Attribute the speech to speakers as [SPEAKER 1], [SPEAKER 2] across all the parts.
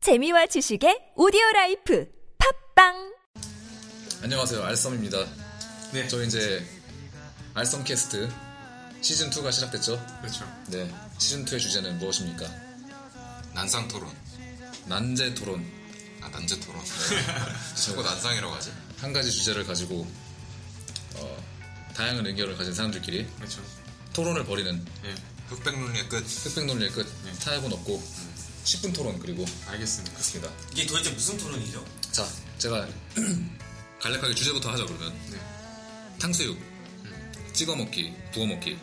[SPEAKER 1] 재미와 지식의 오디오 라이프 팝빵
[SPEAKER 2] 안녕하세요 알썸입니다.
[SPEAKER 3] 네.
[SPEAKER 2] 저희 이제 알썸 캐스트 시즌 2가 시작됐죠.
[SPEAKER 3] 그렇죠.
[SPEAKER 2] 네 시즌 2의 주제는 무엇입니까?
[SPEAKER 4] 난상 토론.
[SPEAKER 2] 난제 토론 네.
[SPEAKER 4] 아, 난제 토론. 자꾸 난상이라고 하지?
[SPEAKER 2] 한 가지 주제를 가지고 어, 다양한 의견을 가진 사람들끼리
[SPEAKER 3] 그렇죠.
[SPEAKER 2] 토론을 벌이는
[SPEAKER 3] 예.
[SPEAKER 4] 흑백 논리의 끝.
[SPEAKER 2] 흑백 논리의 끝
[SPEAKER 4] 네.
[SPEAKER 2] 타협은 없고
[SPEAKER 4] 음.
[SPEAKER 2] 10분 토론 그리고
[SPEAKER 3] 알겠습니다.
[SPEAKER 2] 그렇습니다.
[SPEAKER 5] 이게 도대체 무슨 토론이죠?
[SPEAKER 2] 자 제가 간략하게 주제부터 하자 그러면 탕수육 찍어 먹기 부어 먹기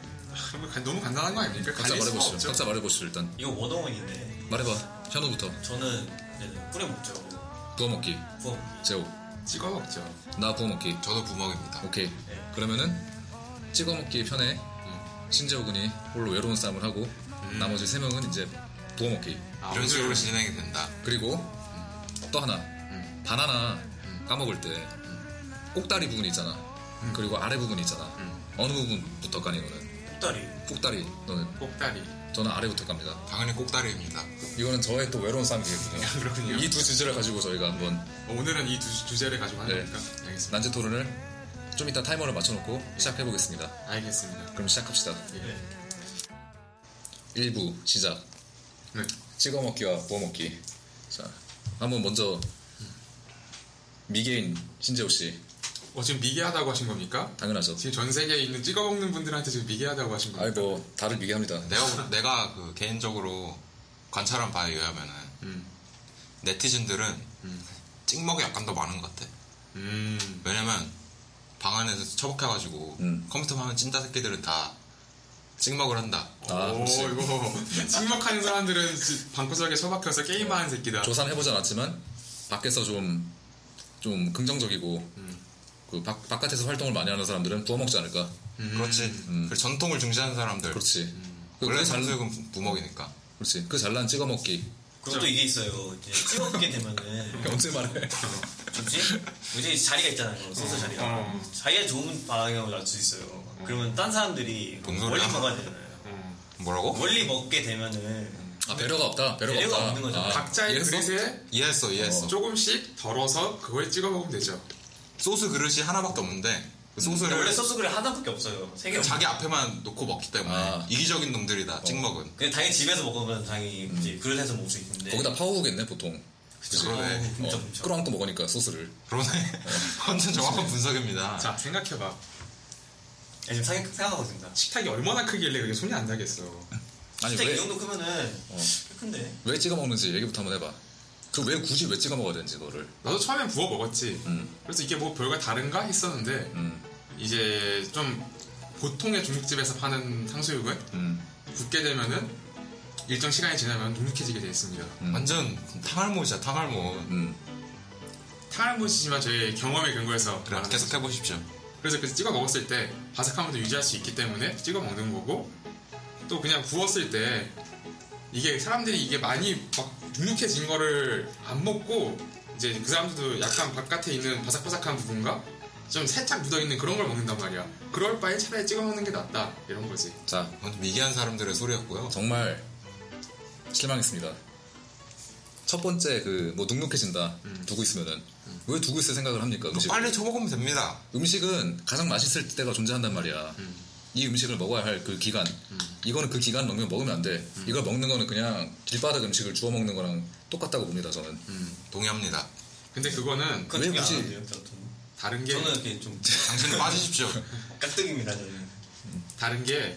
[SPEAKER 3] 너무 간단한 거 아닙니까?
[SPEAKER 2] 각자
[SPEAKER 3] 갈릴 수가
[SPEAKER 2] 말해보시죠.
[SPEAKER 3] 없죠.
[SPEAKER 2] 각자 말해보시죠 일단
[SPEAKER 5] 이거 원어원인데
[SPEAKER 2] 말해봐 현우부터
[SPEAKER 5] 저는 네, 뿌려 먹죠.
[SPEAKER 2] 부어 먹기
[SPEAKER 5] 부엌
[SPEAKER 2] 제호
[SPEAKER 3] 찍어 먹죠.
[SPEAKER 2] 나 부어 먹기
[SPEAKER 4] 저도 부먹입니다.
[SPEAKER 2] 오케이. 그러면은 찍어 먹기 편에 신재호 군이 홀로 외로운 싸움을 하고 나머지 세 명은 이제 부어 먹기.
[SPEAKER 3] 아,
[SPEAKER 4] 이런 식으로
[SPEAKER 3] 오늘-
[SPEAKER 4] 진행이 된다.
[SPEAKER 2] 그리고 또 하나
[SPEAKER 3] 음,
[SPEAKER 2] 바나나 까먹을 때 꼭다리 부분이 있잖아. 그리고 아래 부분이 있잖아. 어느 부분부터 까니 너는?
[SPEAKER 5] 꼭다리.
[SPEAKER 2] 꼭다리 너는?
[SPEAKER 3] 꼭다리. 어,
[SPEAKER 2] 저는 아래부터 깝니다.
[SPEAKER 4] 당연히 꼭다리입니다.
[SPEAKER 2] 이거는 저의 또 외로운 싸움이 되겠군요.
[SPEAKER 3] 아, 그렇군요.
[SPEAKER 2] 이 두 주제를 가지고 저희가 한번
[SPEAKER 3] 어, 오늘은 이 두, 주제를 가지고 하는
[SPEAKER 2] 네.
[SPEAKER 3] 거니까. 알겠습니다.
[SPEAKER 2] 난제 토론을 좀 이따 타이머를 맞춰놓고 시작해 보겠습니다.
[SPEAKER 3] 알겠습니다.
[SPEAKER 2] 그럼 시작합시다.
[SPEAKER 3] 예.
[SPEAKER 5] 네.
[SPEAKER 2] 1부 시작.
[SPEAKER 3] 네.
[SPEAKER 2] 찍어 먹기와 부어 먹기. 자, 한번 먼저 미개인 신재호 씨
[SPEAKER 3] 어, 지금 미개하다고 하신 겁니까?
[SPEAKER 2] 당연하죠.
[SPEAKER 3] 지금 전 세계에 있는 찍어 먹는 분들한테 지금 미개하다고 하신 겁니까?
[SPEAKER 2] 아이 뭐 다들 미개합니다.
[SPEAKER 3] 네.
[SPEAKER 4] 내가, 내가 그 개인적으로 관찰한 바에 의하면은,
[SPEAKER 3] 음.
[SPEAKER 4] 네티즌들은 찍먹이 약간 더 많은 것 같아.
[SPEAKER 3] 음.
[SPEAKER 4] 왜냐면, 방 안에서 처박혀가지고,
[SPEAKER 2] 음.
[SPEAKER 4] 컴퓨터 화면 찐따 새끼들은 다 찍먹을 한다.
[SPEAKER 3] 어,
[SPEAKER 2] 아,
[SPEAKER 3] 오,
[SPEAKER 2] 혹시
[SPEAKER 3] 이거. 침묵하는 사람들은 지- 방구석에 처박혀서 게임하는 새끼다.
[SPEAKER 2] 조사는 해보지 않았지만 밖에서 좀 좀 긍정적이고
[SPEAKER 3] 음.
[SPEAKER 2] 그 바, 바깥에서 활동을 많이 하는 사람들은 부어 먹지 않을까.
[SPEAKER 4] 그렇지. 그리고 전통을 중시하는 사람들.
[SPEAKER 2] 음. 그렇지.
[SPEAKER 3] 음.
[SPEAKER 2] 그,
[SPEAKER 4] 원래
[SPEAKER 2] 그 잘,
[SPEAKER 4] 장수육은 부먹이니까.
[SPEAKER 2] 그렇지. 그 잘난 찍어 먹기.
[SPEAKER 5] 그리고 또 이게 있어요. 이제 찍어먹게 되면은
[SPEAKER 2] 언제 말해?
[SPEAKER 5] 좋지? 이제 자리가 있잖아요. 소설 자리가.
[SPEAKER 3] 어.
[SPEAKER 5] 자기가 좋은 방향을 알 수 있어요. 그러면 딴 사람들이
[SPEAKER 4] 동서리야. 어.
[SPEAKER 5] 멀리 먹어야 되잖아요.
[SPEAKER 4] 뭐라고?
[SPEAKER 5] 멀리 먹게 되면은
[SPEAKER 2] 아 배려가 없다. 배려가,
[SPEAKER 5] 배려가
[SPEAKER 2] 없다.
[SPEAKER 5] 없는 거죠.
[SPEAKER 2] 아,
[SPEAKER 3] 각자의
[SPEAKER 2] 이해했어?
[SPEAKER 3] 그릇에
[SPEAKER 4] 이해했어, 이해했어.
[SPEAKER 3] 조금씩 덜어서 그걸 찍어 먹으면 되죠.
[SPEAKER 4] 소스 그릇이 하나밖에 없는데
[SPEAKER 2] 음.
[SPEAKER 5] 근데
[SPEAKER 4] 소스를
[SPEAKER 5] 원래 소스 그릇 하나밖에 없어요. 세개 없어.
[SPEAKER 4] 자기 앞에만 놓고 먹기 때문에
[SPEAKER 2] 아.
[SPEAKER 4] 이기적인 놈들이다 찍먹은
[SPEAKER 5] 근데 당연히 집에서 먹으면 당연히 이제 그릇에서 먹을 수 있는데.
[SPEAKER 2] 거기다 파오겠네 보통.
[SPEAKER 5] 그치?
[SPEAKER 4] 그러네.
[SPEAKER 5] 어우,
[SPEAKER 2] 어,
[SPEAKER 5] 진짜 진짜.
[SPEAKER 2] 끌어안고 먹으니까 소스를.
[SPEAKER 4] 그러네
[SPEAKER 2] 어.
[SPEAKER 4] 완전 정확한 분석입니다
[SPEAKER 3] 자, 생각해봐.
[SPEAKER 5] 야, 네, 지금 생각- 생각하고 있습니다.
[SPEAKER 3] 식탁이 얼마나 크길래 그게 손이 안 나겠어.
[SPEAKER 2] 아니
[SPEAKER 5] 진짜
[SPEAKER 2] 왜
[SPEAKER 5] 이 정도 크면은 꽤 큰데.
[SPEAKER 2] 왜 찍어 먹는지 얘기부터 한번 해봐. 그 왜 굳이 왜 찍어 먹어야 되는지 그거를.
[SPEAKER 3] 나도 처음엔 부어 먹었지.
[SPEAKER 2] 음.
[SPEAKER 3] 그래서 이게 뭐 별거 다른가 했었는데
[SPEAKER 2] 음.
[SPEAKER 3] 이제 좀 보통의 중국집에서 파는 탕수육은
[SPEAKER 2] 음.
[SPEAKER 3] 굽게 되면은 일정 시간이 지나면 눅눅해지게 되어 있습니다.
[SPEAKER 4] 음. 완전 탕알못이야 탕알못
[SPEAKER 2] 음.
[SPEAKER 3] 탕알못이지만 저희 경험에 근거해서
[SPEAKER 4] 그래
[SPEAKER 3] 말하는
[SPEAKER 4] 계속
[SPEAKER 3] 거죠.
[SPEAKER 4] 해보십시오
[SPEAKER 3] 그래서 그 찍어 먹었을 때 바삭함을 또 유지할 수 있기 때문에 찍어 먹는 거고 또 그냥 구웠을 때 이게 사람들이 이게 많이 막 눅눅해진 거를 안 먹고 이제 그 사람들도 약간 바깥에 있는 바삭바삭한 부분과 좀 살짝 묻어있는 그런 걸 먹는단 말이야 그럴 바에 차라리 찍어 먹는 게 낫다 이런 거지
[SPEAKER 2] 자
[SPEAKER 4] 완전 미개한 사람들의 소리였고요
[SPEAKER 2] 정말 실망했습니다. 첫 번째 그 뭐 눅눅해진다
[SPEAKER 5] 음.
[SPEAKER 2] 두고 있으면은 왜 두고 있을 생각을 합니까? 음식
[SPEAKER 4] 빨리 쳐먹으면 됩니다
[SPEAKER 2] 음식은 가장 맛있을 때가 존재한단 말이야. 이 음식을 먹어야 할 그 기간 이거는 그 기간 넘으면 먹으면 안 돼. 이걸 먹는 거는 그냥 길바닥 음식을 주워 먹는 거랑 똑같다고 봅니다 저는.
[SPEAKER 4] 음.
[SPEAKER 2] 음.
[SPEAKER 4] 동의합니다
[SPEAKER 3] 근데 그거는
[SPEAKER 5] 그건
[SPEAKER 2] 왜
[SPEAKER 5] 되게 안
[SPEAKER 2] 굳이-
[SPEAKER 5] 하는데요, 저는.
[SPEAKER 3] 다른
[SPEAKER 2] 예.
[SPEAKER 3] 게
[SPEAKER 5] 저는 이렇게 좀
[SPEAKER 4] 당신은 빠지십시오
[SPEAKER 5] 깍두기입니다 저는.
[SPEAKER 3] 다른 게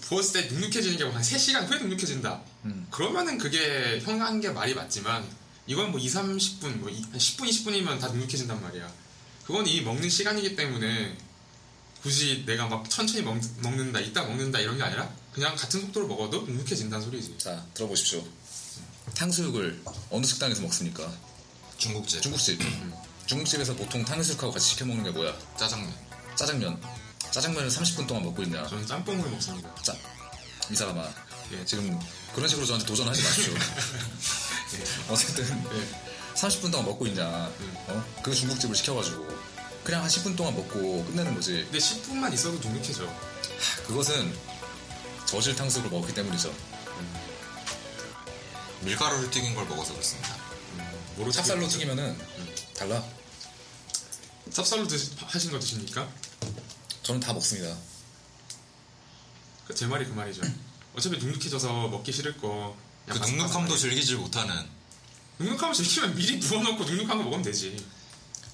[SPEAKER 3] 부었을 때 눅눅해지는 경우 한 3시간 후에 눅눅해진다.
[SPEAKER 4] 음.
[SPEAKER 3] 그러면은 그게 형한 게 말이 맞지만 이건 뭐 2, 30분, 뭐 이- 한 10분, 20분이면 다 눅눅해진단 말이야. 그건 이 먹는 시간이기 때문에 굳이 내가 막 천천히 먹, 는다 이따 먹는다 이런 게 아니라 그냥 같은 속도로 먹어도 눅눅해진다는 소리지.
[SPEAKER 2] 자 들어보십시오. 탕수육을 어느 식당에서 먹습니까?
[SPEAKER 4] 중국집
[SPEAKER 2] 중국집. 중국집에서 보통 탕수육하고 같이 시켜 먹는 게 뭐야?
[SPEAKER 4] 짜장면
[SPEAKER 2] 짜장면. 짜장면을 30분 동안 먹고 있냐?
[SPEAKER 3] 저는 짬뽕을 먹습니다.
[SPEAKER 2] 자, 이 사람아.
[SPEAKER 3] 예.
[SPEAKER 2] 지금 그런 식으로 저한테 도전하지 마십시오. 예, 어쨌든 예, 30분 동안 먹고 있냐? 어? 그 중국집을 시켜가지고 그냥 한 10분 동안 먹고 끝내는 거지.
[SPEAKER 3] 근데 10분만 있어도 눅눅해져.
[SPEAKER 2] 그것은 저질 탕수육을 먹기 때문이죠.
[SPEAKER 4] 밀가루를 튀긴 걸 먹어서 그렇습니다.
[SPEAKER 3] 뭐로
[SPEAKER 2] 찹쌀로
[SPEAKER 3] 드시-
[SPEAKER 2] 튀기면은 달라.
[SPEAKER 3] 찹쌀로 드시, 하신 거 드십니까?
[SPEAKER 2] 저는 다 먹습니다.
[SPEAKER 3] 그 제 말이 그 말이죠. 어차피 눅눅해져서 먹기 싫을 거.
[SPEAKER 4] 그 눅눅함도 즐기질 못하는
[SPEAKER 3] 눅눅하면 즐기면 미리 부어놓고 눅눅한 거 먹으면 되지.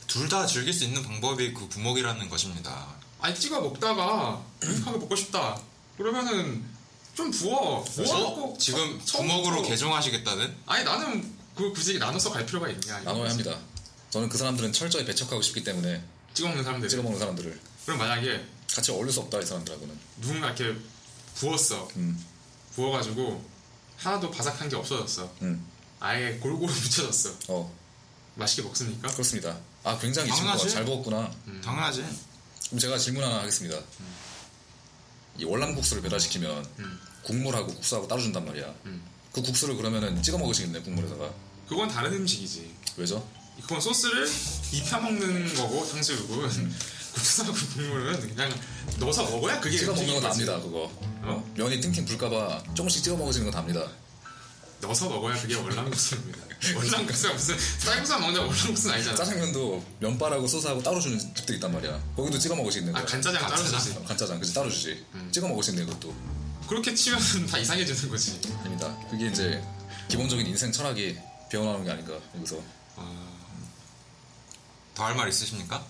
[SPEAKER 4] 둘 다 즐길 수 있는 방법이 그 부먹이라는 것입니다.
[SPEAKER 3] 아니 찍어 먹다가 눅눅하게 먹고 싶다. 그러면은 좀 부어. 모아놓고
[SPEAKER 4] 지금
[SPEAKER 3] 처-
[SPEAKER 4] 부먹으로
[SPEAKER 3] 처음부터-
[SPEAKER 4] 개종하시겠다는?
[SPEAKER 3] 아니 나는 그 굳이 나눠서 갈 필요가 있냐?
[SPEAKER 2] 나눠야 합니다. 저는 그 사람들은 철저히 배척하고 싶기 때문에
[SPEAKER 3] 찍어 먹는 사람들.
[SPEAKER 2] 찍어 먹는 사람들을
[SPEAKER 3] 그럼 만약에
[SPEAKER 2] 같이 어울릴 수 없다 이 사람들하고는.
[SPEAKER 3] 누군가 이렇게 부었어.
[SPEAKER 2] 음,
[SPEAKER 3] 부어가지고 하나도 바삭한 게 없어졌어.
[SPEAKER 2] 음,
[SPEAKER 3] 아예 골고루 묻혀졌어.
[SPEAKER 2] 어
[SPEAKER 3] 맛있게 먹습니까?
[SPEAKER 2] 그렇습니다. 아 굉장히 이친구가
[SPEAKER 4] 당연하지.
[SPEAKER 2] 잘 먹었구나.
[SPEAKER 3] 음.
[SPEAKER 4] 당연하지.
[SPEAKER 2] 그럼 제가 질문 하나 하겠습니다. 이 월남국수를 배달시키면
[SPEAKER 3] 음.
[SPEAKER 2] 국물하고 국수하고 따로 준단 말이야.
[SPEAKER 3] 음.
[SPEAKER 2] 그 국수를 그러면은 찍어 먹으시겠네 국물에다가.
[SPEAKER 3] 그건 다른 음식이지.
[SPEAKER 2] 왜죠?
[SPEAKER 3] 그건 소스를 입혀 먹는 거고 탕수육은 국수하고 국물은 그냥 넣어서 먹어야 그게
[SPEAKER 2] 찍어 먹는 건
[SPEAKER 3] 음식인 거지.
[SPEAKER 2] 답니다 그거.
[SPEAKER 3] 어?
[SPEAKER 2] 면이 팅팅 불까봐 조금씩 찍어 먹으시는 건 답니다.
[SPEAKER 3] 음. 넣어서 먹어야 그게 월남국수입니다. 월남국수가 무슨 쌀국수 먹는데 월남국수는 아니잖아.
[SPEAKER 2] 짜장면도 면발하고 소스하고 따로 주는 집도 있단 말이야. 거기도 찍어 먹으시는
[SPEAKER 3] 아
[SPEAKER 2] 거야.
[SPEAKER 3] 간짜장 음. 따로 주지.
[SPEAKER 2] 어, 간짜장 그치 따로 주지. 찍어 먹으시는 그것도
[SPEAKER 3] 그렇게 치면 다 이상해지는 거지.
[SPEAKER 2] 아닙니다. 그게 이제 기본적인 인생 철학이 배어나오는 게 아닌가 여기서.
[SPEAKER 4] 더 할 말 있으십니까?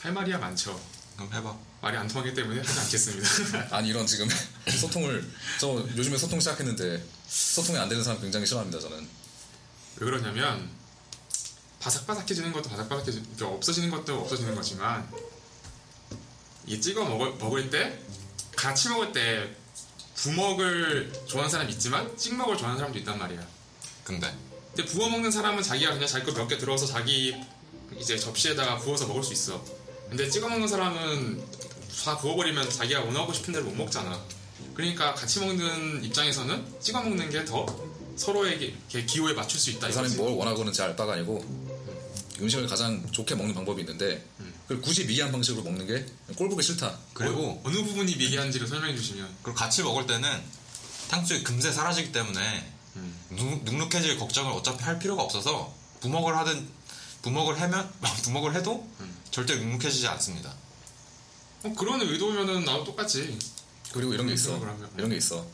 [SPEAKER 3] 할 말이야 많죠.
[SPEAKER 4] 그럼 해봐.
[SPEAKER 3] 말이 안 통하기 때문에 하지 않겠습니다.
[SPEAKER 2] 아니 이런 지금 소통을 저 요즘에 소통 시작했는데 소통이 안 되는 사람 굉장히 싫어합니다 저는.
[SPEAKER 3] 왜 그러냐면 바삭바삭해지는 것도 바삭바삭해지는 이렇게 없어지는 것도 없어지는 거지만 이게 찍어 먹을, 먹을 때 같이 먹을 때 부먹을 좋아하는 사람 있지만 찍먹을 좋아하는 사람도 있단 말이야
[SPEAKER 4] 근데
[SPEAKER 3] 근데 부어 먹는 사람은 자기가 그냥 자기 거 몇 개 들어서 자기 이제 접시에다가 부어서 먹을 수 있어 근데 찍어 먹는 사람은 다 부어버리면 자기가 원하고 싶은 대로 못 먹잖아 그러니까 같이 먹는 입장에서는 찍어 먹는 게 더 서로에게 이렇게 기호에 맞출 수 있다
[SPEAKER 2] 그 사람이
[SPEAKER 3] 이거지.
[SPEAKER 2] 뭘 원하고는 제 알바가 아니고 음식을 가장 좋게 먹는 방법이 있는데 그걸 굳이 미개한 방식으로 먹는 게 꼴보기 싫다.
[SPEAKER 4] 그리고
[SPEAKER 3] 어, 어느 부분이 미개한지를 설명해 주시면
[SPEAKER 4] 그리고 같이 먹을 때는 탕수육이 금세 사라지기 때문에
[SPEAKER 3] 음.
[SPEAKER 4] 눅- 눅눅해질 걱정을 어차피 할 필요가 없어서 부먹을 하든 부먹을 해면 부먹을 해도
[SPEAKER 3] 음.
[SPEAKER 4] 절대 눅눅해지지 않습니다.
[SPEAKER 3] 어, 그런 의도면은 나도 똑같지
[SPEAKER 2] 음, 그리고 이런 음. 게 있어.
[SPEAKER 3] 생각을 하면.
[SPEAKER 2] 이런 게 있어.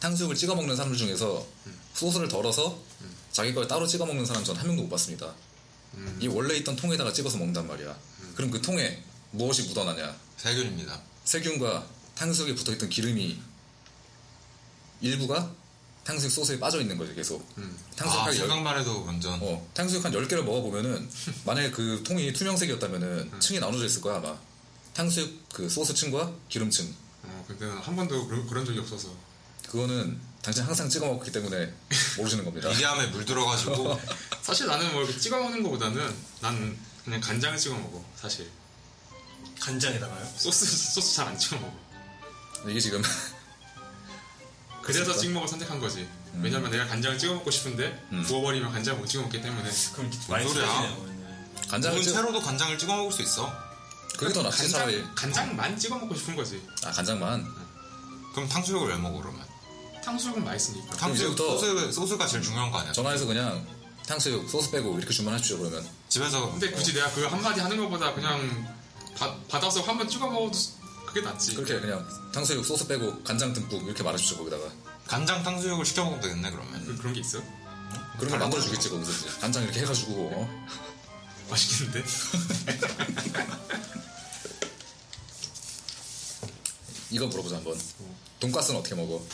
[SPEAKER 2] 탕수육을 찍어 먹는 사람들 중에서 소스를 덜어서 자기 걸 따로 찍어 먹는 사람 전 한 명도 못 봤습니다. 이 원래 있던 통에다가 찍어서 먹는단 말이야. 그럼 그 통에 무엇이 묻어나냐?
[SPEAKER 4] 세균입니다.
[SPEAKER 2] 세균과 탕수육에 붙어있던 기름이 일부가 탕수육 소스에 빠져 있는 거지 계속. 탕수육
[SPEAKER 4] 아
[SPEAKER 2] 한 열-
[SPEAKER 4] 생각만 해도 완전
[SPEAKER 2] 어, 탕수육 한 10개를 먹어보면은 만약에 그 통이 투명색이었다면은 층이 나눠져 있을 거야 아마 탕수육 그 소스층과 기름층
[SPEAKER 3] 어, 근데 난한 번도 그런, 그런 적이 없어서
[SPEAKER 2] 그거는 당신 항상 찍어 먹기 때문에 모르시는 겁니다
[SPEAKER 4] 미개함에 물들어가지고
[SPEAKER 3] 사실 나는 뭐 이렇게 찍어 먹는 거보다는 난 그냥 간장을 찍어 먹어 사실
[SPEAKER 5] 간장에다가요?
[SPEAKER 3] 소스 소스 잘 안 찍어 먹어
[SPEAKER 2] 이게 지금
[SPEAKER 3] 그래서 찍먹을 선택한 거지
[SPEAKER 4] 음.
[SPEAKER 3] 왜냐면 내가 간장을 찍어 먹고 싶은데 부어버리면 간장 못 찍어 먹기 때문에
[SPEAKER 5] 그럼 많이
[SPEAKER 4] 소리야?
[SPEAKER 5] 쓰시네요. 오늘.
[SPEAKER 2] 간장을
[SPEAKER 4] 좋은
[SPEAKER 2] 찍
[SPEAKER 4] 채로도 간장을 찍어 먹을 수 있어.
[SPEAKER 2] 그게 더 낫지 차라리
[SPEAKER 3] 간장, 간장만 찍어 먹고 싶은 거지
[SPEAKER 2] 아 간장만
[SPEAKER 4] 그럼 탕수육을 왜 먹어 그러면?
[SPEAKER 3] 탕수육은 맛있으니까
[SPEAKER 4] 탕수육
[SPEAKER 2] 이제부터-
[SPEAKER 4] 소스, 소스가 제일 중요한 거 아니야?
[SPEAKER 2] 전화해서 그냥 탕수육 소스 빼고 이렇게 주문하십시오 그러면
[SPEAKER 4] 집에서
[SPEAKER 3] 근데 굳이 내가 그 한마디 하는 것보다 그냥 받 받아서 한 번 찍어 먹어도 그게 낫지
[SPEAKER 2] 그렇게 그냥 탕수육 소스 빼고 간장 듬뿍 이렇게 말아주십시오 거기다가
[SPEAKER 4] 간장 탕수육을 시켜 먹으면 되겠네 그러면.
[SPEAKER 3] 그- 그런 게 있어?
[SPEAKER 2] 그런 걸 만들어 주겠지 거기서 이제. 간장 이렇게 해가지고 어?
[SPEAKER 3] 맛있겠는데?
[SPEAKER 2] 이거 물어보자 한번 돈가스는 어떻게 먹어?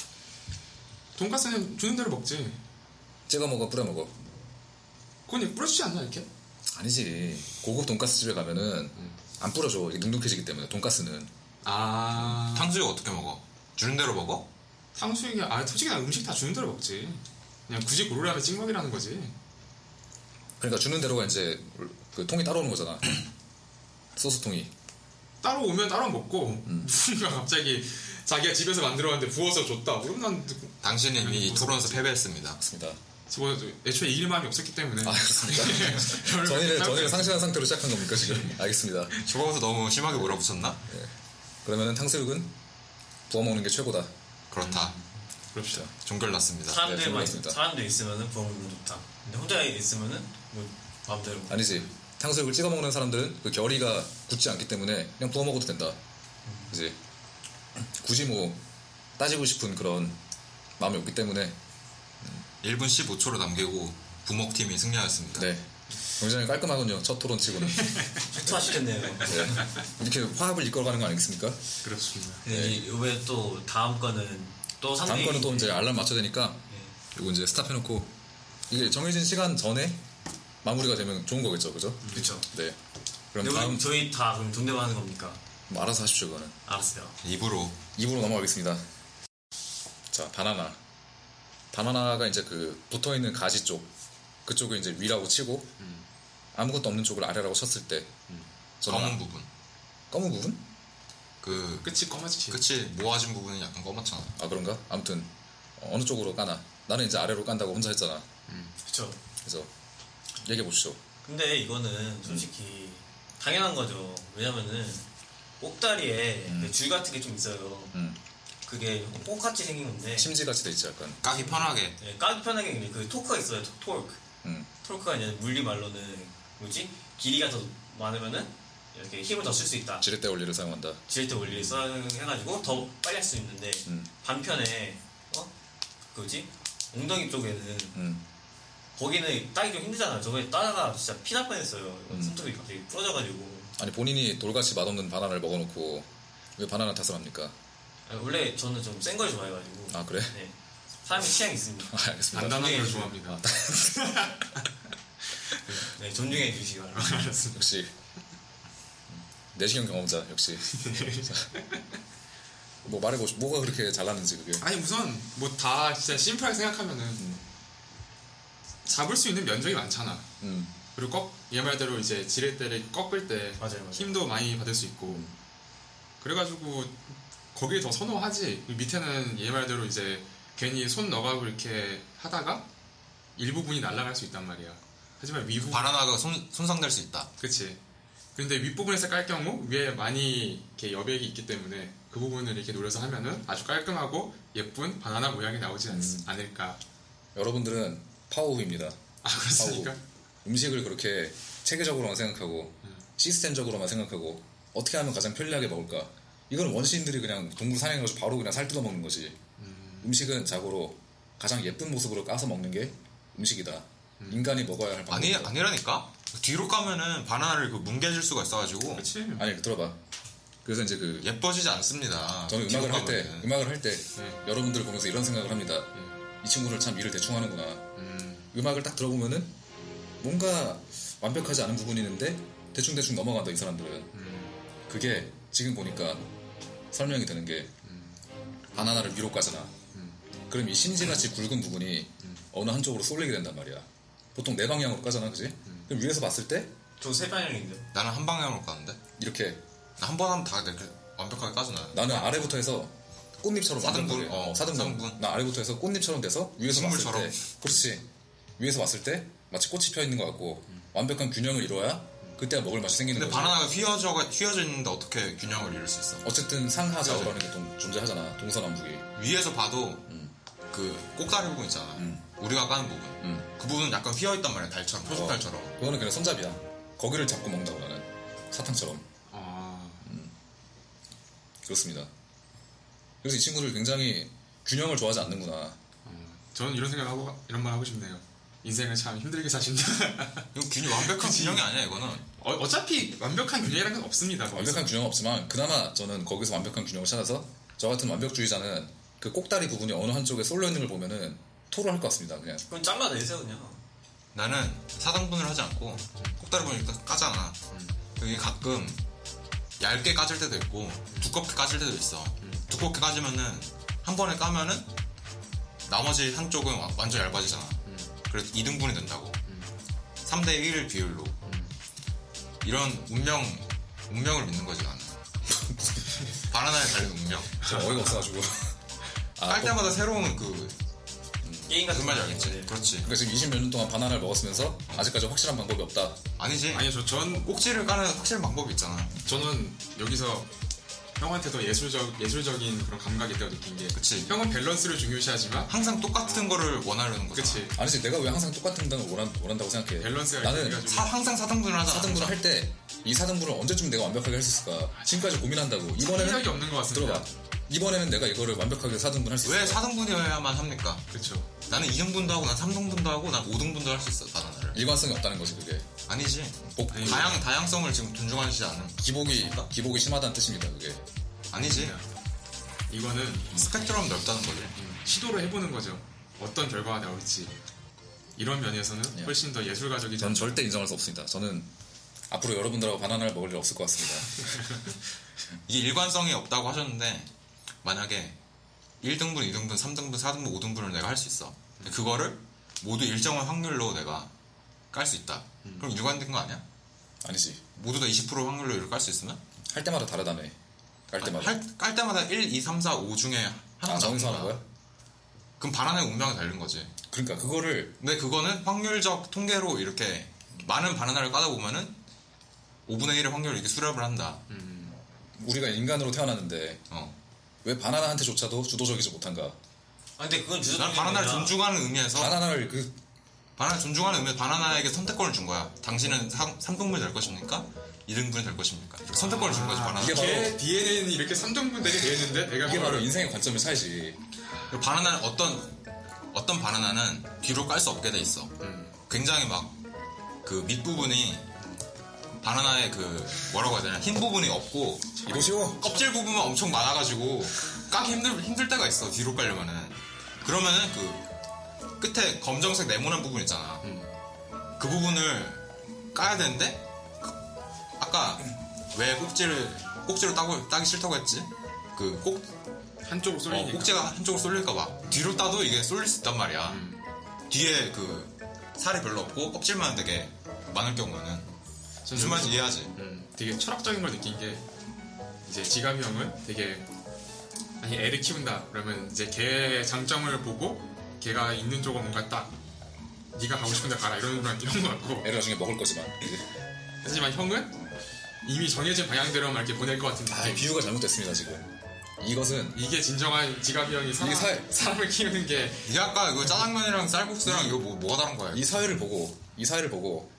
[SPEAKER 3] 돈가스는 주는 대로 먹지.
[SPEAKER 2] 찍어 먹어 뿌려 먹어
[SPEAKER 3] 그건 이렇게 뿌려주지 않나 이렇게?
[SPEAKER 2] 아니지 고급 돈가스 집에 가면은 안 뿌려줘 이게 눅눅해지기 때문에 돈가스는
[SPEAKER 3] 아
[SPEAKER 4] 탕수육 어떻게 먹어? 주는 대로 먹어?
[SPEAKER 3] 탕수육이 아 솔직히 난 음식 다 주는 대로 먹지. 그냥 굳이 고르라면 찍먹이라는 거지.
[SPEAKER 2] 그러니까 주는 대로가 이제 그 통이 따로 오는 거잖아 소스 통이
[SPEAKER 3] 따로 오면 따로 먹고 누군가 갑자기 자기가 집에서 만들어왔는데 부어서 줬다. 그럼 난 누-
[SPEAKER 4] 당신이 이미
[SPEAKER 2] 음.
[SPEAKER 4] 이
[SPEAKER 3] 무슨
[SPEAKER 4] 토론에서 패배했습니다.
[SPEAKER 2] 맞습니다
[SPEAKER 3] 저거 애초에 이길 마음이 없었기 때문에.
[SPEAKER 2] 아 그렇습니까
[SPEAKER 3] 별로
[SPEAKER 2] 전의를
[SPEAKER 3] 생각-
[SPEAKER 2] 전의를 상실한 상태로 시작한 겁니까 지금 알겠습니다
[SPEAKER 4] 저거부터 너무 심하게 몰아붙였나?
[SPEAKER 2] 그러면은 탕수육은 부어 먹는 게 최고다
[SPEAKER 4] 그렇다.
[SPEAKER 2] 그럽시다. 네,
[SPEAKER 4] 종결났습니다.
[SPEAKER 5] 사람들만 있,
[SPEAKER 2] 그렇습니다.
[SPEAKER 5] 사람들 있으면은 부엉이는 좋다. 근데 혼자 있으면은 뭐 마음대로.
[SPEAKER 2] 아니지. 탕수육을 찍어 먹는 사람들은 그 결이가 굳지 않기 때문에 그냥 부어 먹어도 된다. 이제 굳이 뭐 따지고 싶은 그런 마음이 없기 때문에
[SPEAKER 4] 1분 15초로 남기고 부먹팀이 승리하였습니다.
[SPEAKER 2] 네. 굉장히 깔끔하군요. 첫 토론 치고는.
[SPEAKER 5] 투하시켰네요.
[SPEAKER 2] 네. 이렇게 화합을 이끌어가는 거 아니겠습니까?
[SPEAKER 3] 그렇습니다.
[SPEAKER 5] 근데 이제 이번에 또 다음 거는 또
[SPEAKER 2] 다음
[SPEAKER 5] 네. 상당히
[SPEAKER 2] 거는 또 이제 알람 맞춰야 되니까 이거 이제 스탑 해놓고 이게 정해진 시간 전에 마무리가 되면 좋은 거겠죠, 그죠?
[SPEAKER 5] 그렇죠.
[SPEAKER 2] 네. 그럼
[SPEAKER 5] 근데
[SPEAKER 2] 다음
[SPEAKER 5] 우리 저희 다 그럼 존댓말 하는 겁니까?
[SPEAKER 2] 뭐 알아서 하십시오, 그거는.
[SPEAKER 5] 알았어요.
[SPEAKER 4] 입으로
[SPEAKER 2] 2부로 넘어가겠습니다. 자, 바나나. 바나나가 이제 그 붙어 있는 가지 쪽, 그쪽을 이제 위라고 치고
[SPEAKER 4] 음.
[SPEAKER 2] 아무것도 없는 쪽을 아래라고 쳤을 때, 저는
[SPEAKER 4] 검은 부분.
[SPEAKER 2] 검은 부분?
[SPEAKER 4] 그
[SPEAKER 3] 끝이 검어지지.
[SPEAKER 4] 끝이 모아진 부분은 약간 검었잖아.
[SPEAKER 2] 아 그런가? 아무튼 어느 쪽으로 까나? 나는 이제 아래로 깐다고 혼자 했잖아.
[SPEAKER 5] 그렇죠.
[SPEAKER 2] 그래서 얘기해 보시죠.
[SPEAKER 5] 근데 이거는 솔직히 당연한 거죠. 왜냐면은 꼭다리에 그줄 같은 게 좀 있어요.
[SPEAKER 2] 음.
[SPEAKER 5] 그게 똑같이 생긴 건데
[SPEAKER 2] 심지 같이 돼 있지 약간.
[SPEAKER 4] 까기 편하게
[SPEAKER 5] 예, 까기 편하게 그냥 그 토크가 있어요. 토- 토크.
[SPEAKER 2] 음.
[SPEAKER 5] 토크가 이제 물리 말로는 뭐지? 길이가 더 많으면은 이렇게 힘을 더 쓸 수 있다.
[SPEAKER 2] 지렛대 원리를 사용한다.
[SPEAKER 5] 지렛대 원리를 사용해가지고 더 빨리 할 수 있는데
[SPEAKER 2] 음.
[SPEAKER 5] 반면에 어? 그지 엉덩이 쪽에는
[SPEAKER 2] 음.
[SPEAKER 5] 거기는 따기 좀 힘들잖아요. 저번에 따다가 진짜 피날 뻔했어요.
[SPEAKER 2] 음.
[SPEAKER 5] 손톱이 갑자기 부러져가지고
[SPEAKER 2] 아니 본인이 돌같이 맛없는 바나나를 먹어놓고 왜 바나나 탓을 합니까?
[SPEAKER 5] 아니, 원래 저는 좀 센 걸 좋아해가지고
[SPEAKER 2] 아 그래?
[SPEAKER 5] 네. 사람이 취향이 있습니다.
[SPEAKER 2] 아, 알겠습니다.
[SPEAKER 3] 단단한 걸
[SPEAKER 5] 네.
[SPEAKER 3] 좋아합니다.
[SPEAKER 5] 네, 존중해 주시기 바랍니다.
[SPEAKER 2] 역시 내시경 경험자 역시. 뭐 말해보 시 뭐가 그렇게 잘났는지 그게.
[SPEAKER 3] 아니 우선 뭐 다 진짜 심플하게 생각하면은 잡을 수 있는 면적이 많잖아.
[SPEAKER 2] 음.
[SPEAKER 3] 그리고 꺾, 얘 말대로 이제 지렛대를 꺾을 때
[SPEAKER 5] 맞아요, 맞아요.
[SPEAKER 3] 힘도 많이 받을 수 있고 그래가지고 거기에 더 선호하지 밑에는 얘 말대로 이제 괜히 손 넣어가고 이렇게 하다가 일부분이 날아갈 수 있단 말이야 하지만 위부분
[SPEAKER 4] 바나나가 손, 손상될 수 있다.
[SPEAKER 3] 그치 근데 윗부분에서 깔 경우 위에 많이 이렇게 여백이 있기 때문에 그 부분을 이렇게 노려서 하면은 아주 깔끔하고 예쁜 바나나 모양이 나오지 않, 않을까
[SPEAKER 2] 여러분들은 파워후입니다.
[SPEAKER 3] 아 그렇습니까?
[SPEAKER 2] 파워. 음식을 그렇게 체계적으로만 생각하고 시스템적으로만 생각하고 어떻게 하면 가장 편리하게 먹을까 이건 원시인들이 그냥 동물 사냥해서 바로 그냥 살 뜯어 먹는 거지 음. 식은 자고로 가장 예쁜 모습으로 까서 먹는 게 음식이다 인간이 먹어야 할 방법
[SPEAKER 4] 아니 아니라니까. 뒤로 까면은 바나나를 그 뭉개질 수가 있어가지고
[SPEAKER 3] 그치?
[SPEAKER 2] 아니 들어봐 그래서 이제 그
[SPEAKER 4] 예뻐지지 않습니다.
[SPEAKER 2] 저는
[SPEAKER 4] 뒤로
[SPEAKER 2] 음악을 네. 할 때
[SPEAKER 4] 까면은.
[SPEAKER 2] 음악을 할 때 여러분들 보면서 이런 생각을 합니다 이 친구를 참 일을 대충 하는구나 네. 음악을 딱 들어보면은 뭔가 완벽하지 않은 부분이 있는데 대충대충 넘어간다 이 사람들은 음. 그게 지금 보니까 설명이 되는 게 바나나를 위로 까잖아 그럼 이 심지같이 굵은 부분이 어느 한쪽으로 쏠리게 된단 말이야 보통 내 방향으로 까잖아 그지 그럼 위에서 봤을 때
[SPEAKER 5] 저세 방향인데
[SPEAKER 4] 나는 한 방향으로 까는데
[SPEAKER 2] 이렇게
[SPEAKER 4] 한 번 하면 다 이렇게 완벽하게 까주나요?
[SPEAKER 2] 나는 아래부터 해서 꽃잎처럼
[SPEAKER 4] 사등분?
[SPEAKER 2] 완벽하게.
[SPEAKER 4] 어,
[SPEAKER 2] 사등분.
[SPEAKER 4] 사등분.
[SPEAKER 2] 나 아래부터 해서 꽃잎처럼 돼서 위에서 봤을
[SPEAKER 4] 식물처럼.
[SPEAKER 2] 때 그렇지 위에서 봤을 때 마치 꽃이 펴 있는 것 같고 완벽한 균형을 이뤄야 그때야 먹을 맛이 생기는
[SPEAKER 4] 근데
[SPEAKER 2] 거지
[SPEAKER 4] 바나나가 휘어져 휘어져 있는데 어떻게 균형을 이룰 수 있어?
[SPEAKER 2] 어쨌든 상하좌우라는 게 동- 존재하잖아 동서남북이
[SPEAKER 4] 위에서 봐도 그 꼭다리 부분 있잖아. 우리가 까는 부분.
[SPEAKER 2] 음.
[SPEAKER 4] 그 부분은 약간 휘어 있단 말이야. 달처럼 표식달처럼.
[SPEAKER 2] 그거는 그냥 손잡이야 거기를 잡고 먹는다고 나는 사탕처럼
[SPEAKER 3] 아
[SPEAKER 2] 그렇습니다 그래서 이 친구들 굉장히 균형을 좋아하지 않는구나
[SPEAKER 3] 어, 저는 이런 생각하고 이런 말 하고 싶네요. 인생을 참 힘들게 사신다.
[SPEAKER 4] 이건 균형 완벽한 균형이 아니야 이거는.
[SPEAKER 3] 어, 어차피 완벽한 균형이라는 건 없습니다. 거기서.
[SPEAKER 2] 완벽한 균형 은 없지만 그나마 저는 거기서 완벽한 균형을 찾아서 저 같은 완벽주의자는 그 꼭다리 부분이 어느 한쪽에 쏠려 있는 걸 보면은 토를 할 것 같습니다. 그냥
[SPEAKER 5] 그럼 잘라내세요 그냥.
[SPEAKER 4] 나는 사당분을 하지 않고 꼭다리 분을 일단 까잖아. 그게 가끔 얇게 까질 때도 있고 두껍게 까질 때도 있어. 두껍게 까지면은 한 번에 까면은 나머지 한쪽은 와- 완전 얇아지잖아. 그래서 2등분이 된다고. 3대 1 비율로. 이런 운명, 운명을 믿는 거지 나는. 바나나에 달린 운명.
[SPEAKER 2] 좀 어이가 없어가지고
[SPEAKER 4] 깔 때마다 새로운 그,
[SPEAKER 5] 게임 같은
[SPEAKER 4] 그 말이
[SPEAKER 5] 거
[SPEAKER 4] 알겠지.
[SPEAKER 5] 네.
[SPEAKER 4] 그렇지.
[SPEAKER 2] 그러니까 지금 20몇 년 동안 바나나를 먹었으면서 아직까지 확실한 방법이 없다.
[SPEAKER 4] 아니지.
[SPEAKER 3] 아니요, 저, 전,
[SPEAKER 4] 꼭지를 까는 확실한 방법이 있잖아.
[SPEAKER 3] 저는 여기서 형한테 더 예술적 예술적인 그런 감각이 있다고 느낀 게
[SPEAKER 4] 그치.
[SPEAKER 3] 형은 밸런스를 중요시하지만
[SPEAKER 4] 항상 똑같은 거를 원하려는 거잖아.
[SPEAKER 3] 그치
[SPEAKER 2] 아니지 내가 왜 항상 똑같은 단어 원한, 원한다고 생각해
[SPEAKER 3] 밸런스가 그러니까
[SPEAKER 2] 나는
[SPEAKER 3] 있어가지고.
[SPEAKER 4] 사- 항상 사등분을 하잖아.
[SPEAKER 2] 사등분을 할 때 이 사등분을 언제쯤 내가 완벽하게 할 수 있을까 지금까지 고민한다고
[SPEAKER 3] 생각이
[SPEAKER 2] 이번에는
[SPEAKER 3] 없는 것 같습니다.
[SPEAKER 2] 들어봐 이번에는 내가 이거를 완벽하게 사등분 할 수
[SPEAKER 4] 왜
[SPEAKER 2] 있을까
[SPEAKER 4] 사등분이어야만 합니까?
[SPEAKER 3] 그렇죠.
[SPEAKER 4] 나는 2등분도 하고 난 3등분도 하고 난 5등분도 할 수 있어 바나나를.
[SPEAKER 2] 일관성이 없다는 거지 그게
[SPEAKER 4] 아니지.
[SPEAKER 3] 어,
[SPEAKER 2] 복,
[SPEAKER 4] 다양 다양성을 지금 존중하시지 않은.
[SPEAKER 2] 기복이 기복이 심하다는 뜻입니다 그게
[SPEAKER 4] 아니지.
[SPEAKER 3] 네. 이거는
[SPEAKER 4] 스펙트럼 넓다는 거지.
[SPEAKER 3] 시도를 해보는 거죠. 어떤 결과가 나올지 이런 면에서는
[SPEAKER 2] 예.
[SPEAKER 3] 훨씬 더 예술가적이지
[SPEAKER 2] 저는
[SPEAKER 3] 않나.
[SPEAKER 2] 절대 인정할 수 없습니다 저는 앞으로 여러분들하고 바나나를 먹을 일 없을 것 같습니다
[SPEAKER 4] 이게 일관성이 없다고 하셨는데 만약에 1등분, 2등분, 3등분, 4등분, 5등분을 내가 할 수 있어. 근데 그거를 모두 일정한 확률로 내가 깔 수 있다.
[SPEAKER 3] 음.
[SPEAKER 4] 그럼 일관된 거 아니야?
[SPEAKER 2] 아니지
[SPEAKER 4] 모두 다 20% 확률로 이걸 깔 수 있으면?
[SPEAKER 2] 할 때마다 다르다며 깔 때마다
[SPEAKER 4] 아, 할- 깔 때마다 1, 2, 3, 4, 5 중에 하나
[SPEAKER 2] 아 정해서
[SPEAKER 4] 나오는
[SPEAKER 2] 하는 거야?
[SPEAKER 4] 그럼 바람의 운명이 달린 거지.
[SPEAKER 2] 그러니까 그거를
[SPEAKER 4] 근데 그거는 확률적 통계로 이렇게 많은 바나나를 까다 보면은 5분의 1의 확률로 이렇게 수렴을 한다.
[SPEAKER 2] 우리가 인간으로 태어났는데
[SPEAKER 4] 어.
[SPEAKER 2] 왜 바나나한테조차도 주도적이지 못한가
[SPEAKER 5] 아, 근데 그건 주도적인
[SPEAKER 2] 음.
[SPEAKER 4] 난 바나나를
[SPEAKER 5] 거야.
[SPEAKER 4] 존중하는 의미에서
[SPEAKER 2] 바나나를 그
[SPEAKER 4] 바나나 존중하는 의미에서 바나나에게 선택권을 준 거야. 당신은 3등분이 될 것입니까? 2등분이 될 것입니까? 이렇게 선택권을 준 거지, 바나나.
[SPEAKER 2] 아, 이게 바로-
[SPEAKER 3] 걔 DNA는 이렇게 3등분 되게 돼 있는데 내가
[SPEAKER 2] 이게 바로
[SPEAKER 3] 그걸
[SPEAKER 2] 인생의 관점의 차이지
[SPEAKER 4] 그리고 바나나는 어떤, 어떤 바나나는 뒤로 깔 수 없게 돼 있어. 굉장히 막, 그 밑부분이, 바나나의 그, 뭐라고 해야 되나, 흰 부분이 없고,
[SPEAKER 2] 이보시오
[SPEAKER 4] 껍질 부분만 엄청 많아가지고, 까기 힘들, 힘들 때가 있어, 뒤로 깔려면은. 그러면은 그, 끝에 검정색 네모난 부분 있잖아. 그 부분을 까야 되는데, 그- 아까, 왜 꼭지를, 꼭지로 따고, 따기 싫다고 했지? 그, 꼭,
[SPEAKER 3] 한쪽으로
[SPEAKER 4] 어,
[SPEAKER 3] 쏠리니까
[SPEAKER 4] 꼭지가 한쪽으로 쏠릴까 봐. 뒤로 따도 이게 쏠릴 수 있단 말이야.
[SPEAKER 3] 음.
[SPEAKER 4] 뒤에 그 살이 별로 없고 껍질만 되게 많을 경우에는
[SPEAKER 3] 저는
[SPEAKER 4] 무슨 말인지 이해하지.
[SPEAKER 3] 음, 되게 철학적인 걸 느낀 게 이제 지감이 형은 되게 아니 애를 키운다 그러면 이제 걔의 장점을 보고 걔가 있는 쪽은 뭔가 딱 네가 가고 싶은데 가라 이런 거랑 이런 거 같고
[SPEAKER 2] 애를 나중에 먹을 거지만
[SPEAKER 3] 하지만 형은 이미 정해진 방향대로만 이렇게 보낼 것 같은
[SPEAKER 2] 아
[SPEAKER 3] 느낌
[SPEAKER 2] 비유가 잘못됐습니다 지금 이것은
[SPEAKER 3] 이게 진정한 지갑이 형이 사람,
[SPEAKER 2] 이게 살-
[SPEAKER 3] 사람을 키우는 게
[SPEAKER 4] 네가 아까 이거 짜장면이랑 쌀국수랑 이거 뭐, 뭐가 다른 거야?
[SPEAKER 2] 이 사회를 보고 이 사회를 보고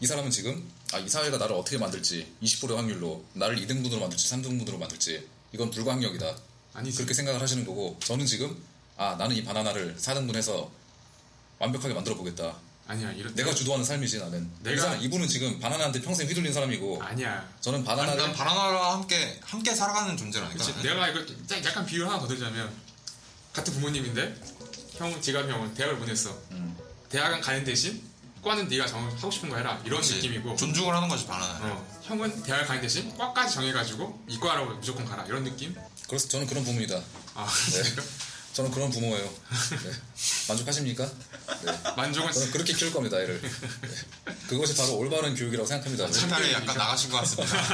[SPEAKER 2] 이 사람은 지금 아 이 사회가 나를 어떻게 만들지 20%의 확률로 나를 2등분으로 만들지 3등분으로 만들지 이건 불가항력이다
[SPEAKER 3] 아니
[SPEAKER 2] 그렇게 생각을 하시는 거고 저는 지금 아 나는 이 바나나를 4등분해서 완벽하게 만들어 보겠다
[SPEAKER 3] 아니야 이런
[SPEAKER 2] 내가 주도하는 삶이지 나는
[SPEAKER 3] 내가-
[SPEAKER 2] 이 사람, 이분은 지금 바나나한테 평생 휘둘린 사람이고
[SPEAKER 3] 아니야 네.
[SPEAKER 2] 저는
[SPEAKER 4] 난,
[SPEAKER 2] 바나나를
[SPEAKER 4] 난 그러니까 바나나와 함께 함께 살아가는 존재라니까.
[SPEAKER 3] 그치,
[SPEAKER 4] 나는.
[SPEAKER 3] 내가 이거 좀 짜- 약간 비유 하나 더 들자면 같은 부모님인데 형 지갑이 형은 대학을 보냈어
[SPEAKER 2] 음.
[SPEAKER 3] 대학은 가는 대신 과는 네가 정 하고 싶은 거 해라 이런
[SPEAKER 4] 그치.
[SPEAKER 3] 느낌이고
[SPEAKER 4] 존중을 하는 거지 바나나.
[SPEAKER 3] 어, 형은 대학 가는 대신 과까지 정해가지고 이과로 무조건 가라 이런 느낌
[SPEAKER 2] 그래서 저는 그런 부모입니다 네.
[SPEAKER 3] 아
[SPEAKER 2] 저는 그런 부모예요 네. 만족하십니까? 네.
[SPEAKER 3] 만족은
[SPEAKER 2] 저는 그렇게 키울 겁니다 애를 네. 그것이 바로 올바른 교육이라고 생각합니다
[SPEAKER 4] 생
[SPEAKER 2] 네.
[SPEAKER 4] 탈이 약간 나가신 것 같습니다.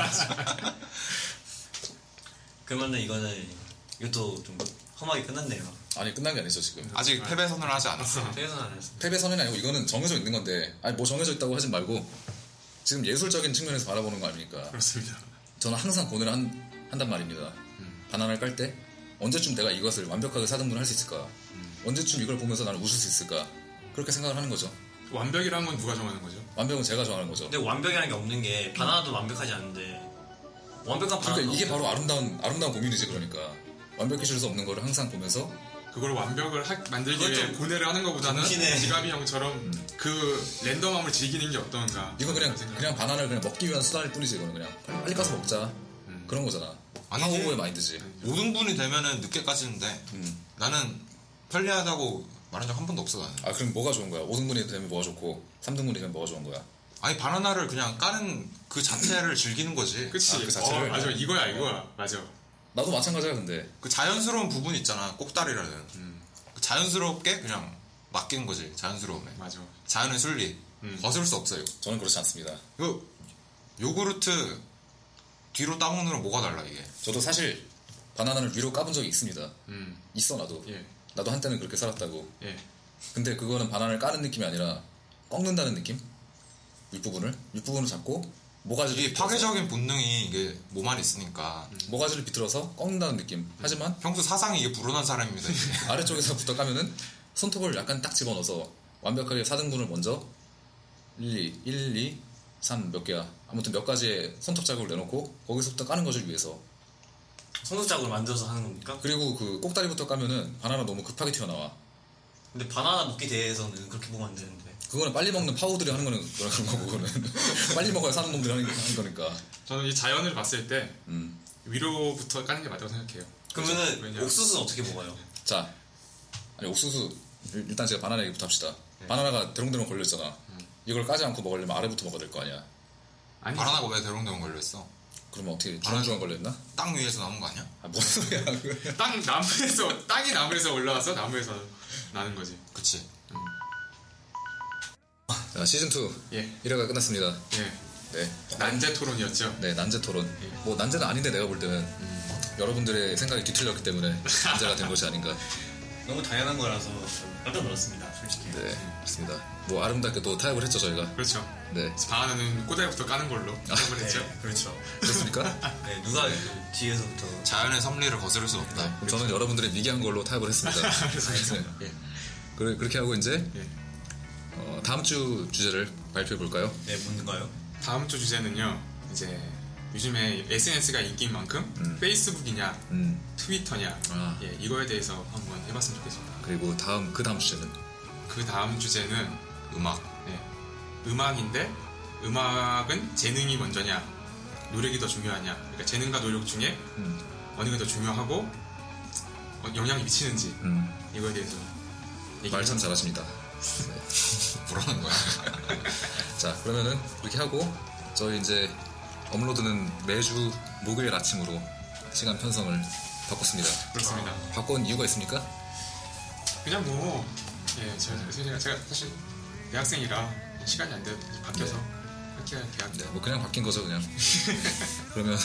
[SPEAKER 5] 그러면은 이거는 이것도 좀 험하게 끝났네요.
[SPEAKER 2] 아니 끝난 게 아니죠 지금
[SPEAKER 3] 네.
[SPEAKER 4] 아직 패배 선을 하지 않았어.
[SPEAKER 5] 그래서 안 했어.
[SPEAKER 2] 패배 선언이 아니고 이거는 정해져 있는 건데 아니 뭐 정해져 있다고 하진 말고 지금 예술적인 측면에서 바라보는 거 아닙니까
[SPEAKER 3] 그렇습니다
[SPEAKER 2] 저는 항상 고뇌를 한, 한단 말입니다. 바나나를 깔 때 언제쯤 내가 이것을 완벽하게 사등분을 할 수 있을까? 언제쯤 이걸 보면서 나는 웃을 수 있을까? 그렇게 생각을 하는 거죠.
[SPEAKER 3] 완벽이라는 건 누가 정하는 거죠
[SPEAKER 2] 완벽은 제가 정하는 거죠.
[SPEAKER 5] 근데 완벽이라는 게 없는 게 바나나도 완벽하지 않은데 완벽한 바나나.
[SPEAKER 2] 그러니까 이게 바로 아름다운 아름다운 고민이지 그러니까 완벽해질 수 없는 거를 항상 보면서
[SPEAKER 3] 그걸 완벽을 하- 만들기
[SPEAKER 5] 그건
[SPEAKER 3] 위해
[SPEAKER 5] 좀
[SPEAKER 3] 고뇌를 하는 것보다는
[SPEAKER 5] 정신에-
[SPEAKER 3] 지갑이 형처럼 그 랜덤함을 즐기는 게 어떤가
[SPEAKER 2] 음. 이건 그냥
[SPEAKER 3] 생각.
[SPEAKER 2] 그냥 바나나를 그냥 먹기 위한 수단일 뿐이지 이거는 그냥 빨리, 빨리 가서 먹자 그런 거잖아.
[SPEAKER 4] 아니지.
[SPEAKER 2] 파워보의 마인드지.
[SPEAKER 4] 5등분이 되면은 늦게 까지는데
[SPEAKER 3] 음.
[SPEAKER 4] 나는 편리하다고 말한 적 한 번도 없어 나는.
[SPEAKER 2] 아 그럼 뭐가 좋은 거야? 5등분이 되면 뭐가 좋고 3등분이 되면 뭐가 좋은 거야?
[SPEAKER 4] 아니 바나나를 그냥 까는 그 자체를 즐기는 거지.
[SPEAKER 3] 그치
[SPEAKER 2] 아, 그 자체를.
[SPEAKER 3] 어, 맞아 이거야 이거야 맞아
[SPEAKER 2] 나도 마찬가지야 근데
[SPEAKER 4] 그 자연스러운 부분 있잖아 꼭다리라는 그 자연스럽게 그냥 맡기는 거지 자연스러움에
[SPEAKER 3] 맞아
[SPEAKER 4] 자연의 순리 거슬 수 없어요
[SPEAKER 2] 저는 그렇지 않습니다.
[SPEAKER 4] 이거 요구르트 뒤로 따먹는 건 뭐가 달라 이게
[SPEAKER 2] 저도 사실 바나나를 위로 까본 적이 있습니다.
[SPEAKER 3] 음.
[SPEAKER 2] 있어 나도.
[SPEAKER 3] 예.
[SPEAKER 2] 나도 한때는 그렇게 살았다고.
[SPEAKER 3] 예.
[SPEAKER 2] 근데 그거는 바나나를 까는 느낌이 아니라 꺾는다는 느낌? 윗부분을 윗부분을 잡고 모가지를
[SPEAKER 4] 이게
[SPEAKER 2] 비틀어서-
[SPEAKER 4] 파괴적인 본능이 이게 몸 안에 있으니까
[SPEAKER 2] 모가지를 비틀어서 꺾는다는 느낌. 하지만
[SPEAKER 4] 평소 사상이 이게 불온한 사람입니다. 이게.
[SPEAKER 2] 아래쪽에서부터 까면은 손톱을 약간 딱 집어넣어서 완벽하게 4등분을 먼저 1, 2, 1, 2, 3 몇 개야. 아무튼 몇 가지의 손톱 자국을 내놓고 거기서부터 까는 것을 위해서.
[SPEAKER 5] 손톱작으로 만들어서 하는 겁니까?
[SPEAKER 2] 그리고 그 꼭다리부터 까면은 바나나 너무 급하게 튀어나와.
[SPEAKER 5] 근데 바나나 먹기 대회에서는 그렇게 보면 안 되는데.
[SPEAKER 2] 그거는 빨리 먹는 파우들이 하는 거는 그런 거고 그거는 빨리 먹어야 사는 놈들이 하는, 하는 거니까.
[SPEAKER 3] 저는 이 자연을 봤을 때
[SPEAKER 2] 음.
[SPEAKER 3] 위로부터 까는 게 맞다고 생각해요.
[SPEAKER 5] 그러면은
[SPEAKER 3] 왜냐?
[SPEAKER 5] 옥수수는 어떻게 먹어요?
[SPEAKER 2] 자, 아니 옥수수 일- 일단 제가 바나나 얘기부터 합시다. 바나나가 대롱대롱 걸렸잖아. 이걸 까지 않고 먹으려면 아래부터 먹어야 될 거 아니야.
[SPEAKER 3] 아니
[SPEAKER 4] 바나나가 왜 대롱대롱 걸려있어?
[SPEAKER 2] 그러면 어떻게 주렁주렁 걸렸나?
[SPEAKER 4] 땅 위에서 나온 거 아니야?
[SPEAKER 2] 아, 뭔 소리야 그
[SPEAKER 3] 땅 나무에서 땅이 나무에서 올라와서 나무에서 나는 거지.
[SPEAKER 4] 그치?
[SPEAKER 2] 자, 아, 시즌 2
[SPEAKER 3] 예.
[SPEAKER 2] 1회가 끝났습니다.
[SPEAKER 3] 예.
[SPEAKER 2] 네,
[SPEAKER 3] 난제 토론이었죠.
[SPEAKER 2] 네 난제 토론.
[SPEAKER 3] 예.
[SPEAKER 2] 뭐 난제는 아닌데 내가 볼 때는
[SPEAKER 3] 음.
[SPEAKER 2] 여러분들의 생각이 뒤틀렸기 때문에 난제가 된 것이 아닌가.
[SPEAKER 5] 너무 당연한 거라서 좀 깜짝 놀랐습니다, 솔직히.
[SPEAKER 2] 네, 그렇습니다. 뭐 아름답게도 타협을 했죠 저희가.
[SPEAKER 3] 그렇죠.
[SPEAKER 2] 네,
[SPEAKER 3] 바나나는 꼬다리부터 까는 걸로
[SPEAKER 4] 아,
[SPEAKER 3] 생각을
[SPEAKER 5] 네,
[SPEAKER 3] 했죠.
[SPEAKER 5] 그렇죠.
[SPEAKER 3] 아,
[SPEAKER 2] 그렇습니까?
[SPEAKER 5] 네, 누가 뒤에서부터
[SPEAKER 4] 자연의 섭리를 거스를 수 없다.
[SPEAKER 2] 네, 저는 여러분들의 미개한 걸로 타협을 했습니다. 네.
[SPEAKER 3] 그렇죠. 예.
[SPEAKER 2] 그래, 그렇게 하고 이제
[SPEAKER 3] 예.
[SPEAKER 2] 어, 다음 주 주제를 발표해 볼까요?
[SPEAKER 5] 네, 뭔가요?
[SPEAKER 3] 다음 주 주제는요. 이제 요즘에 SNS가 인기인 만큼 페이스북이냐
[SPEAKER 2] 음,
[SPEAKER 3] 트위터냐
[SPEAKER 2] 아.
[SPEAKER 3] 예, 이거에 대해서 한번 해봤으면 좋겠습니다.
[SPEAKER 2] 그리고 다음 그 다음 주제는
[SPEAKER 3] 그 다음 주제는
[SPEAKER 4] 음악.
[SPEAKER 3] 예, 음악인데 음악은 재능이 먼저냐 노력이 더 중요하냐 그러니까 재능과 노력 중에
[SPEAKER 2] 음,
[SPEAKER 3] 어느 게 더 중요하고 어, 영향이 미치는지
[SPEAKER 2] 음,
[SPEAKER 3] 이거에 대해서 얘기를
[SPEAKER 2] 말 참
[SPEAKER 3] 해보자.
[SPEAKER 2] 잘하십니다.
[SPEAKER 4] 뭐라는 거야?
[SPEAKER 2] 자 그러면은 이렇게 하고 저희 이제 업로드는 매주 목요일 아침으로 시간 편성을 바꿨습니다.
[SPEAKER 3] 그렇습니다.
[SPEAKER 2] 바꾼 이유가 있습니까?
[SPEAKER 3] 그냥 뭐 예, 제가, 제가, 제가 사실 대학생이라 시간이 안 돼 바뀌어서 그렇게 대학
[SPEAKER 2] 네, 뭐 그냥 바뀐 거죠 그냥. 그러면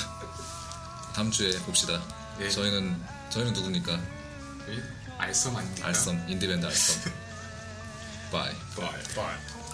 [SPEAKER 2] 다음 주에 봅시다.
[SPEAKER 3] 네.
[SPEAKER 2] 저희는 저희는 누굽니까?
[SPEAKER 3] 알섬 아닙니까?
[SPEAKER 2] 알썸 인디밴드 알썸. 바이.
[SPEAKER 3] 뭐, 빨, 빨.